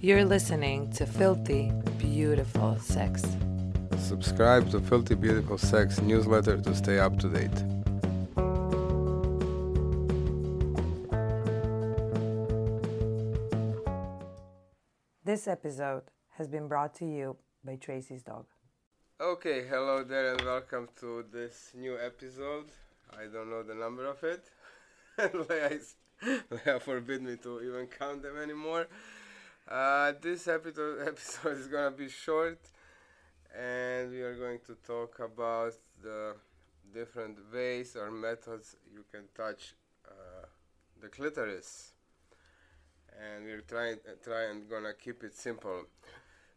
You're listening to Filthy Beautiful Sex. Subscribe to Filthy Beautiful Sex newsletter to stay up to date. This episode has been brought to you by Tracy's dog. Okay, hello there, and welcome to this new episode. I don't know the number of it. Leia Leia forbid me to even count them anymore. Uh, this episode, episode is gonna be short, and we are going to talk about the different ways or methods you can touch uh, the clitoris. And we're trying, try and gonna keep it simple.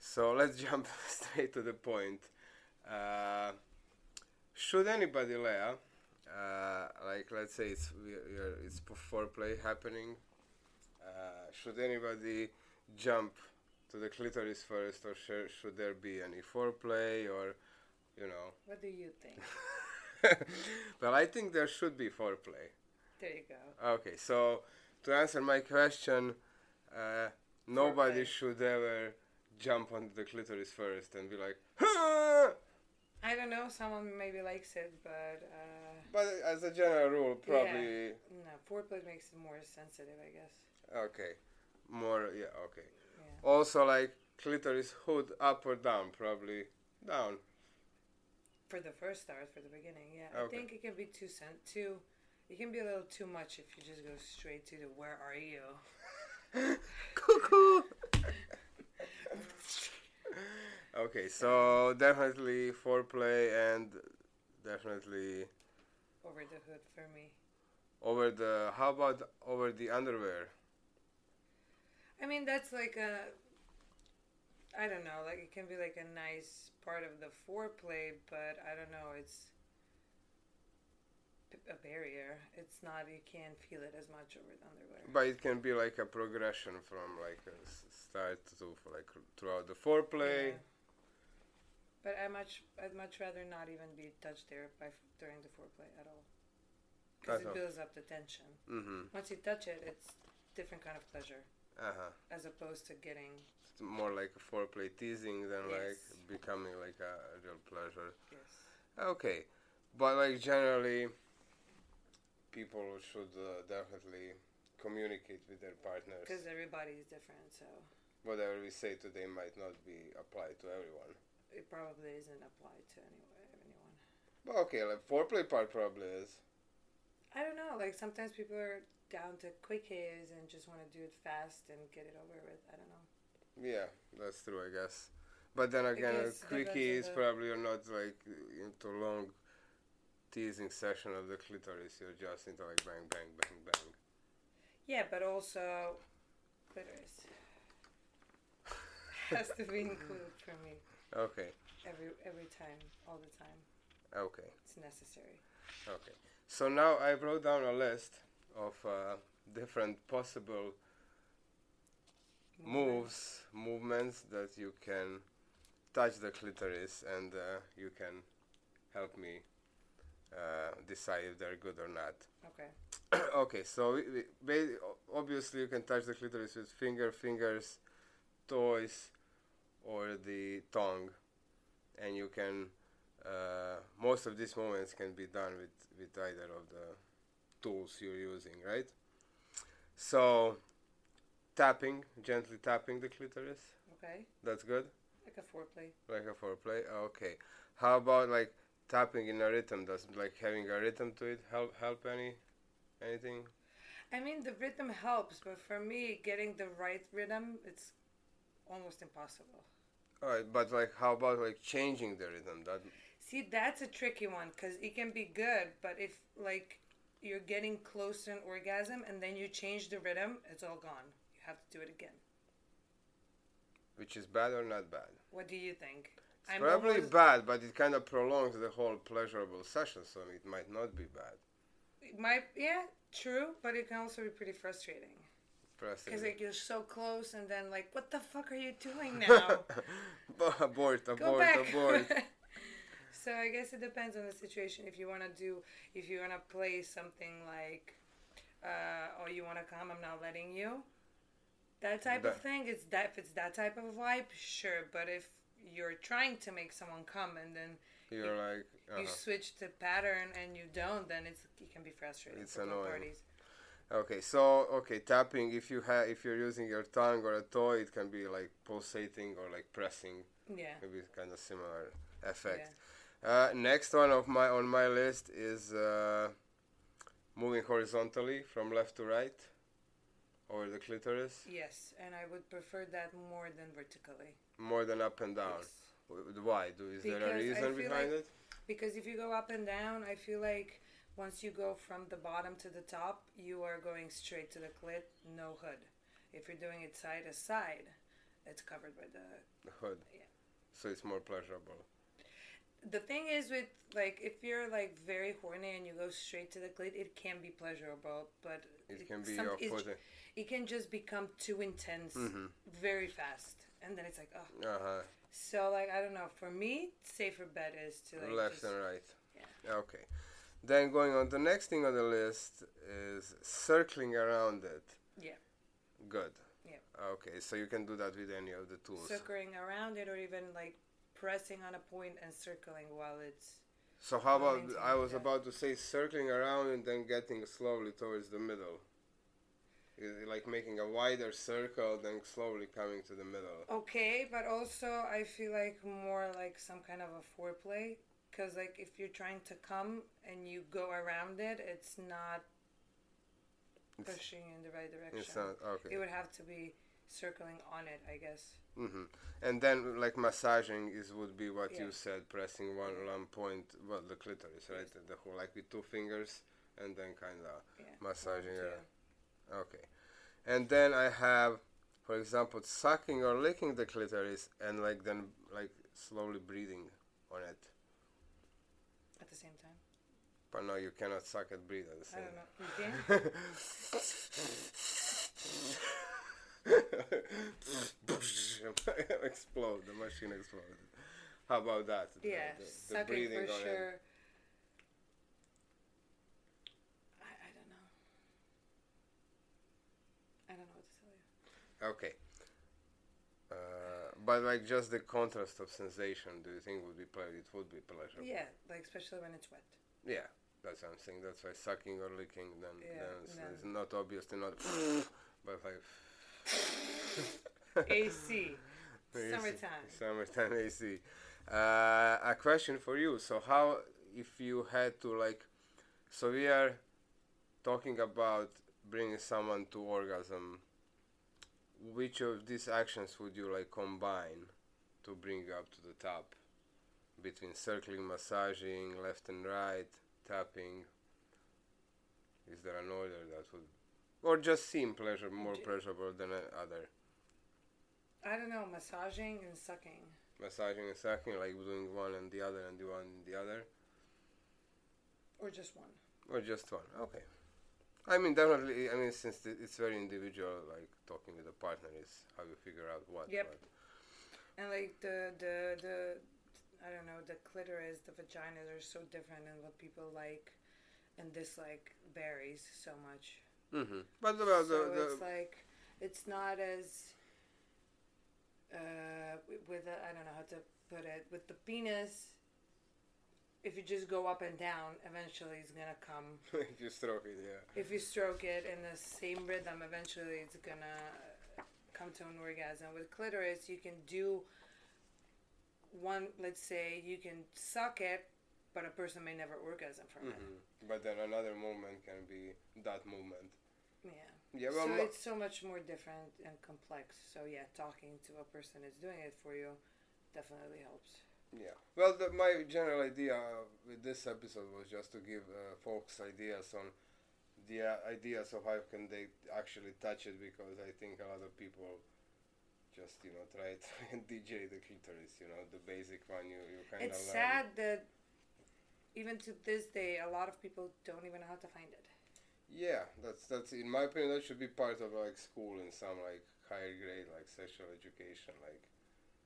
So let's jump straight to the point. Uh, should anybody, Leia, uh, like let's say it's we are it's p- foreplay happening, uh, should anybody jump to the clitoris first, or sh- should there be any foreplay, or you know? What do you think? well, I think there should be foreplay. There you go. Okay, so to answer my question, uh, nobody should ever jump on the clitoris first and be like, "Huh!" I don't know, someone maybe likes it, but uh, but as a general rule, probably no, foreplay makes it more sensitive, I guess. okay, more yeah, okay. Yeah. Also, like clitoris hood up or down, probably down. For the first start, for the beginning, yeah. I Okay. think it can be too sen- too. It can be a little too much if you just go straight to the where are you. Cuckoo. okay, so definitely foreplay and definitely Over the hood for me. over the how about over the underwear? I mean, that's like a. I don't know. Like it can be like a nice part of the foreplay, but I don't know. It's p- a barrier. It's not. You can't feel it as much over the underwear. But it can be like a progression from like a s- start to like throughout the foreplay. Yeah. But I much, I'd much rather not even be touched there by f- during the foreplay at all, because At all. it builds up the tension. Mm-hmm. Once you touch it, it's different kind of pleasure Uh huh. as opposed to getting. It's more like a foreplay teasing than like Yes. becoming like a real pleasure. Yes. Okay, but like generally, people should uh, definitely communicate with their partners. Because everybody is different, so Whatever we say today might not be applied to everyone. it probably isn't applied to anyone. Anyone. But okay, like foreplay part probably is. I don't know. Like sometimes people are down to quickies and just want to do it fast and get it over with. I don't know. Yeah, that's true, I guess. But then again, a guess depends quickie on is the- probably not like into long teasing session of the clitoris. You're just into like bang, bang, bang, bang. Yeah, but also clitoris has to be included for me Okay, every every time, all the time. okay, It's necessary. okay. So now I wrote down a list of uh, different possible moves, movements that you can touch the clitoris and uh, you can help me uh, decide if they're good or not. Okay. okay, so we- we- ba- obviously you can touch the clitoris with finger, fingers, toes, or the tongue, and you can. Uh, most of these movements can be done with with either of the tools you're using, right? So, tapping gently tapping the clitoris. Okay. That's good, Like a foreplay. like a foreplay. Okay, how about like tapping in a rhythm? Does like having a rhythm to it help help any anything? I mean, the rhythm helps, but for me, getting the right rhythm, it's almost impossible. All right, but like, how about like changing the rhythm? That See, that's a tricky one because it can be good, but if like you're getting close to an orgasm and then you change the rhythm, it's all gone. You have to do it again. which is bad or not bad? What do you think? It's probably almost- bad, but it kind of prolongs the whole pleasurable session, so it might not be bad. it might yeah, true, but it can also be pretty frustrating because Frustrating. like you're so close and then like, what the fuck are you doing now? Bo- abort, Go abort, back. abort. so I guess it depends on the situation. If you want to do, if you want to play something like, uh, oh, you want to come, I'm not letting you. that type of That- thing it's that if it's that type of vibe sure but if you're trying to make someone come and then You're like, uh you switch the pattern and you don't then it's it can be frustrating It's for both annoying. parties okay. So okay, tapping. If you have, if you're using your tongue or a toe, it can be like pulsating or like pressing. yeah Maybe it's kind of similar effect. Uh, next one of my on my list is uh, moving horizontally from left to right over the clitoris yes and i would prefer that more than vertically more than up and down. Yes. W- Why? Do is there Because I a reason feel behind like- it? because if you go up and down i feel like once you go from the bottom to the top you are going straight to the clit no hood if you're doing it side to side it's covered by the The hood. Yeah. So it's more pleasurable. the thing is with like if you're like very horny and you go straight to the clit it can be pleasurable but It can be some- your Mm-hmm. it's- opposite. it can just become too intense very fast and then it's like oh Uh huh. so like i don't know for me safer bet is to like left just- and right. Okay. Then going on, the next thing on the list is circling around it. Yeah. Good. Yeah. Okay, so you can do that with any of the tools. circling around it or even like pressing on a point and circling while it's so how about moving I was together. about to say circling around and then getting slowly towards the middle. I- Like making a wider circle, then slowly coming to the middle. okay but also i feel like more like some kind of a foreplay because like if you're trying to come and you go around it it's not It's- pushing in the right direction It's not okay. it would have to be circling on it i guess hmm And then like massaging is would be what Yeah. you said, pressing one one point, well the clitoris, right? The whole like with two fingers, and then kind of Yeah. massaging. Yeah. around. Okay. And then I have, for example, sucking or licking the clitoris, and like then like slowly breathing on it. at the same time But no, you cannot suck and breathe at the i same. don't know you can? explode the machine exploded how about that The- yeah the- the sucking for on it. sure I, I don't know i don't know what to tell you okay uh, but like just the contrast of sensation do you think would be pleasure it would be pleasurable Yeah, like especially when it's wet. Yeah, that's what I'm saying. That's why sucking or licking, then, Yeah, then it's, then- it's not obviously not, but like AC, AC, summertime. summertime AC. Uh, a question for you. So how if you had to like, so we are talking about bringing someone to orgasm. Which of these actions would you like combine to bring up to the top? Between circling, massaging, left and right, tapping. Is there an order that would, or just seem pleasure more Ju- pleasurable than uh, another? I don't know, massaging and sucking. massaging and sucking, like doing one and the other and the one and the other, Or just one. or just one. Okay. I mean, definitely. I mean, since th- it's very individual, like talking with a partner is how you figure out what. Yep. but- And like the the the I don't know, the clitoris, the vaginas are so different and what people like and dislike varies so much. Mhm. But the, well, the, so the it's like it's not as uh, wi- with a, I don't know how to put it with the penis. If you just go up and down, eventually it's gonna come. if you stroke it, yeah. if you stroke it in the same rhythm, eventually it's gonna come to an orgasm. With clitoris, you can do one, let's say, you can suck it, but a person may never orgasm from it. But then another movement can be that movement. Yeah. Mm-hmm. Yeah. Well, so mo- it's so much more different and complex. So, yeah, talking to a person that's doing it for you definitely helps. Yeah. Well, the, my general idea uh, with this episode was just to give uh, folks ideas on the uh, ideas of how can they actually touch it because I think a lot of people just you know try it and DJ the clitoris, you know, the basic one you you kind of it's learn. sad that even to this day, a lot of people don't even know how to find it. Yeah, that's that's in my opinion that should be part of like school in some like higher grade like sexual education like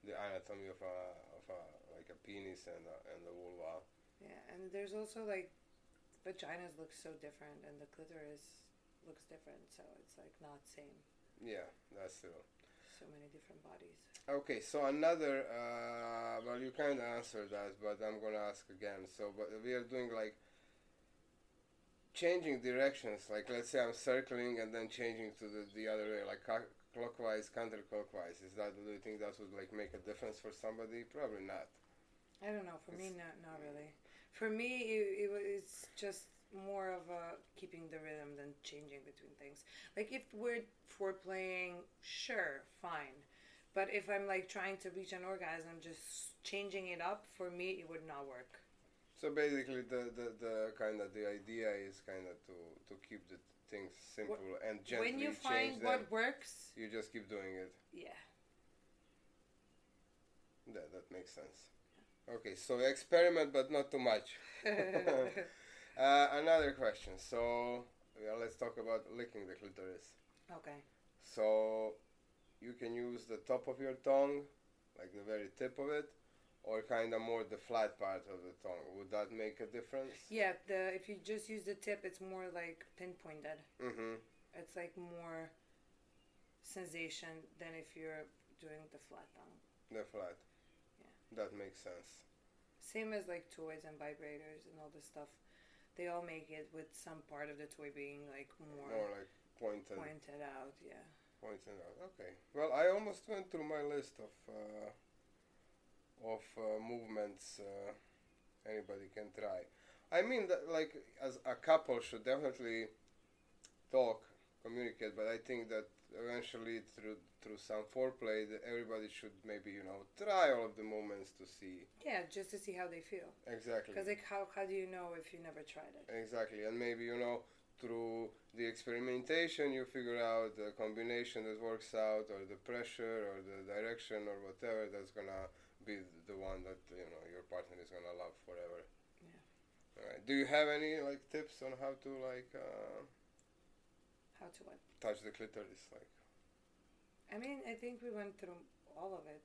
the anatomy of a of a like a penis and a, and the vulva. Yeah, and there's also like vaginas look so different and the clitoris looks different, so it's like not same. Yeah, that's true. So many different bodies. Okay, so another, uh, well, you kind of answered that, but I'm gonna ask again. So, but we are doing like changing directions. Like, let's say I'm circling and then changing to the, the other way, like co- clockwise, counterclockwise. Is that do you think that would like make a difference for somebody? Probably not. I don't know. For me, not not really. For me, it, it, wa- it's just more of a keeping the rhythm than changing between things. Like if we're foreplaying, sure, fine. But if I'm like trying to reach an orgasm, just changing it up for me, it would not work. So basically, the the, the kind of the idea is kind of to to keep the things simple and gently when you change find them. what works, You just keep doing it. yeah. That that makes sense. Okay, so experiment, but not too much. Uh, another question. So yeah, let's talk about licking the clitoris. okay. So you can use the top of your tongue, like the very tip of it, or kind of more the flat part of the tongue. Would that make a difference? Yeah, the if you just use the tip, it's more like pinpointed. Mm-hmm. It's like more sensation than if you're doing the flat tongue. The flat. Yeah. That makes sense. Same as like toys and vibrators and all this stuff. They all make it with some part of the toy being like more More like pointed, pointed out, yeah. pointed out. Okay. Well, I almost went through my list of uh, of uh, movements uh, anybody can try. I mean, that, like as a couple should definitely talk, communicate, but I think that eventually through through some foreplay, that everybody should maybe you know try all of the movements to see Yeah, just to see how they feel. Mm-hmm. exactly. Because like how, how do you know if you never tried it? Exactly, and maybe you know through the experimentation you figure out the combination that works out, or the pressure, or the direction, or whatever that's gonna be the one that you know your partner is gonna love forever. Yeah. All right. Do you have any like tips on how to like uh, How to what? touch the clitoris? Like, I mean, I think we went through all of it,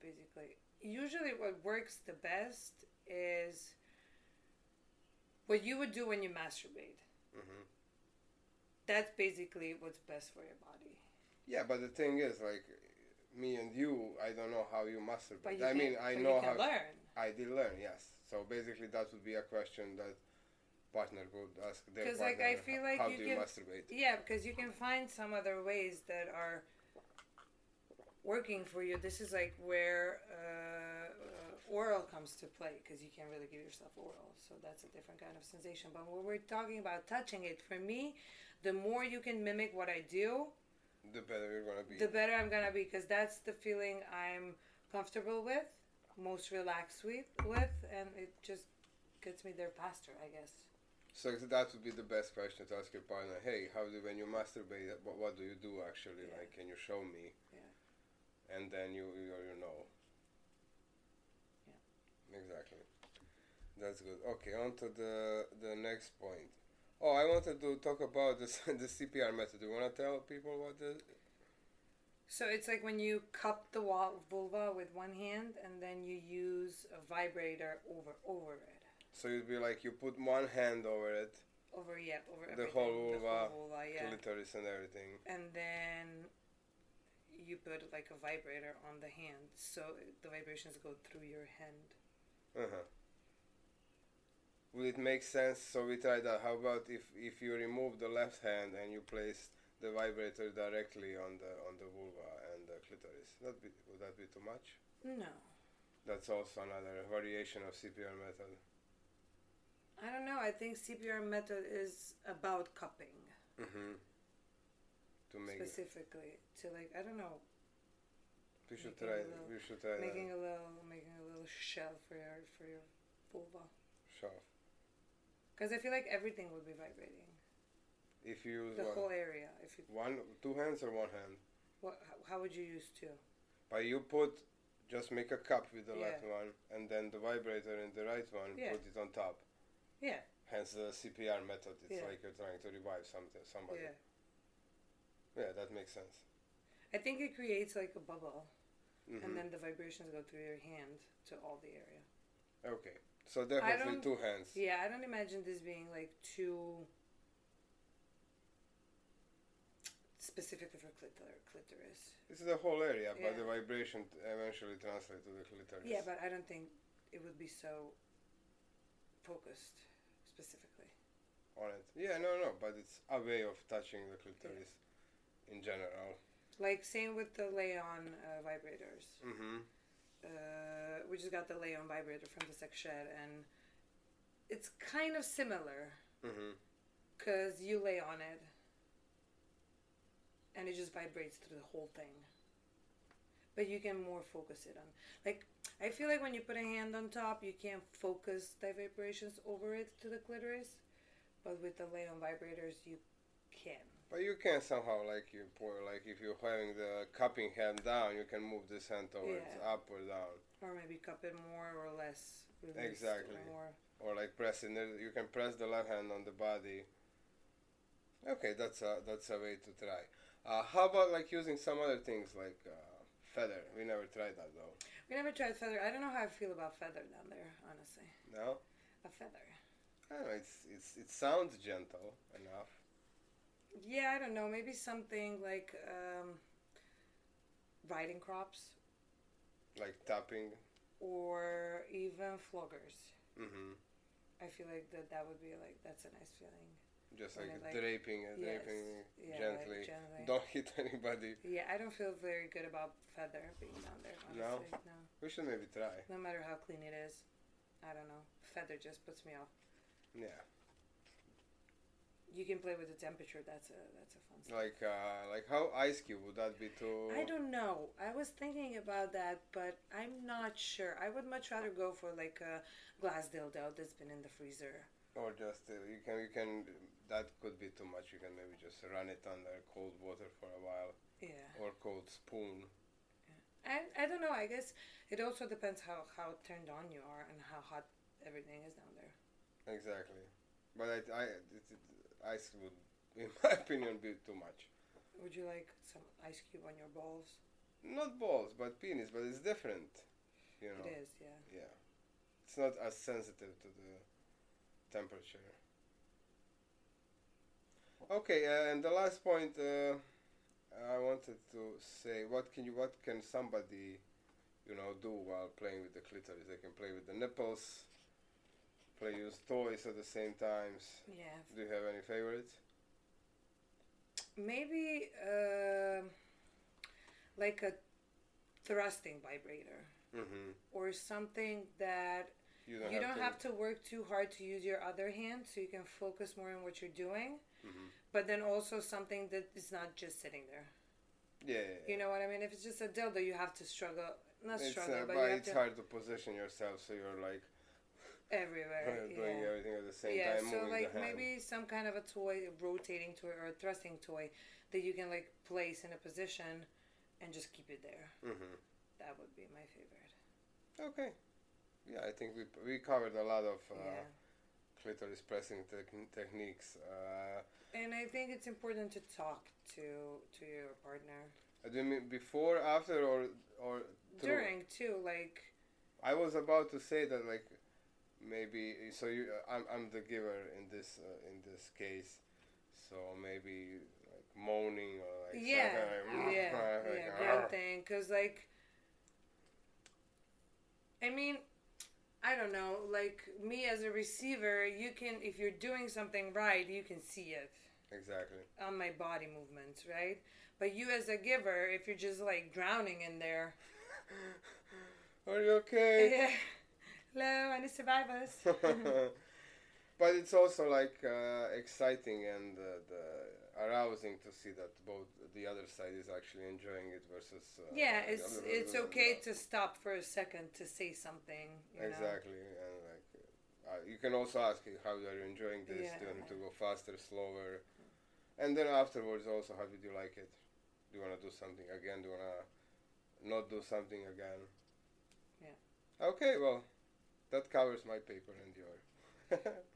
basically. Usually, what works the best is what you would do when you masturbate. Mhm. That's basically what's best for your body. yeah, but the thing is like. Me and you, I don't know how you masturbate. But you I can, mean, I but know you can how. learn. I did learn, yes. So basically, that would be a question that partner would ask their 'Cause, partner. like, I feel like how you do you can- masturbate? Yeah, because you can find some other ways that are working for you. This is like where uh, uh, oral comes to play because you can't really give yourself oral. So that's a different kind of sensation. But when we're talking about touching it, for me, the more you can mimic what I do, The better you're gonna be. the better I'm gonna be because that's the feeling I'm comfortable with, most relaxed with, with, and it just gets me there faster, I guess. so that would be the best question to ask your partner. Hey, how do when you masturbate? uh, What, what do you do actually? Yeah. Like, can you show me? Yeah. And then you you, you know. Exactly. That's good. Okay, on to the the next point. Oh, I wanted to talk about this the CPR method. You wanna tell people what the So it's like when you cup the wa- vulva with one hand and then you use a vibrator over over it. So you'd be like you put one hand over it, Over yeah, over The everything. whole vulva, vulva, yeah. clitoris and everything. And then you put like a vibrator on the hand so the vibrations go through your hand. Uh-huh. Would it make sense? So we try that. How about if if you remove the left hand and you place the vibrator directly on the on the vulva and the clitoris? That be, would that be too much? No. That's also another variation of CPR method. I don't know. I think CPR method is about cupping Mm-hmm. To make it, specifically to like I don't know we should making try a little- we should try that. making a little making a little shell for your for your vulva Sure. because I feel like everything would be vibrating. If you use The one, whole area. If you, one two hands or one hand, what, how- how would you use two? but you put just make a cup with the Yeah. left one and then the vibrator in the right one. Yeah. Put it on top. Yeah, Hence the CPR method. It's Yeah. like you're trying to revive something, somebody. yeah. Yeah. that makes sense. I think it creates like a bubble, Mhm. and then the vibrations go through your hand to all the area. okay, so don't- definitely two hands. Yeah, I don't imagine this being like too specifically for clitor- clitoris. This is the whole area, but Yeah. the vibration t- eventually translates to the clitoris. Yeah, but I don't think it would be so focused specifically. on it. Yeah, no, no, but it's a way of touching the clitoris in general. Like same with the lay-on uh, vibrators. Mm-hmm. Uh, we just got the lay-on vibrator from the sex shed, and it's kind of similar Mm-hmm. because you lay on it, and it just vibrates through the whole thing. But you can more focus it on. Like I feel like when you put a hand on top, you can't focus the vibrations over it to the clitoris, but with the lay-on vibrators, you can. But you can somehow, like you pour, like if you're having the cupping hand down, you can move this hand towards Yeah. up or down, or maybe cup it more or less. released or Exactly. More. or like pressing it. You can press the left hand on the body. Okay, that's a that's a way to try. Uh, how about like using some other things like uh, feather? We never tried that though. We never tried feather. I don't know how I feel about feather down there, honestly. No, A feather. I don't know. It's it's it sounds gentle enough. Yeah, I don't know. Maybe something like um, riding crops like tapping. or even floggers. Mm-hmm. I feel like that that would be like that's a nice feeling. Just And like, then, like, draping and yes, draping yeah, like gently. gently. Don't hit anybody. Yeah, I don't feel very good about feather being down there. No? Honestly, no. We should maybe try. No matter how clean it is, I don't know. Feather just puts me off. Yeah, You can play with the temperature. That's a that's a fun. Stuff. like uh, like how ice cube would that be too? I don't know. I was thinking about that, but I'm not sure. I would much rather go for like a glass dildo that's been in the freezer. Or just uh, you can you can that could be too much. You can maybe just run it under cold water for a while Yeah. or cold spoon. I, I don't know. I guess it also depends how, how turned on you are and how hot everything is down there. Exactly, but I, I it, it, ice would, in my opinion, be too much. Would you like some ice cube on your balls? Not balls, but penis, but it's different. You know. It is, yeah. Yeah. It's not as sensitive to the temperature. Okay, uh, and the last point uh, I wanted to say what can you what can somebody you know do while playing with the clitoris? They can play with the nipples, play use toys at the same times. Yeah. Do you have any favorites? Maybe um like a thrusting vibrator Mm-hmm. or something that You don't, you have, don't to, have to work too hard to use your other hand so you can focus more on what you're doing Mhm. but then also something that is not just sitting there Yeah, yeah, yeah. you know what i mean if it's just a dildo you have to struggle not it's, struggle uh, but but you have it's to hard to position yourself, so you're like everywhere doing yeah. everything at the same yeah, time, so moving like the hand. maybe some kind of a toy, a rotating toy or a thrusting toy that you can like place in a position and just keep it there. Mm-hmm. That would be my favorite. Okay. Yeah, I think we we covered a lot of uh, yeah. clitoris pressing techn techniques. Uh, And I think it's important to talk to to your partner do you mean before, after, or or through? during too like I was about to say that like maybe so you I'm I'm the giver in this uh, in this case, so maybe like moaning or like yeah, something like, yeah, like, uh-huh. yeah, "Argh." one thing, cause like, I mean, I don't know, like me as a receiver, you can if you're doing something right, you can see it exactly. on my body movements, right? But you as a giver, if you're just like drowning in there, Are you okay? yeah, hello, any survivors? but it's also like uh, exciting and uh, the arousing to see that both the other side is actually enjoying it versus uh, yeah, it's it's okay to stop for a second to say something. You Know? exactly and like uh, you can also ask you how you are enjoying this Yeah. do you want to go faster slower and then afterwards also how did you like it do you want to do something again do you want to not do something again Yeah. okay well that covers my paper and yours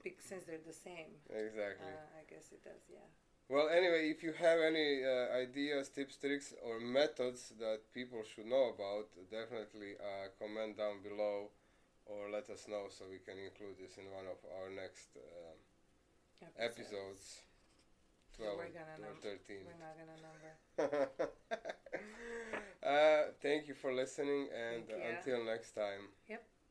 Bec- Since they're the same, uh, exactly I guess it does. Yeah. Well, anyway, if you have any uh, ideas, tips, tricks, or methods that people should know about, definitely uh, comment down below or let us know so we can include this in one of our next um uh, episodes. 12 we're gonna or num- 13. We're not gonna number. uh, thank you for listening, and Thank you. until next time. Yep.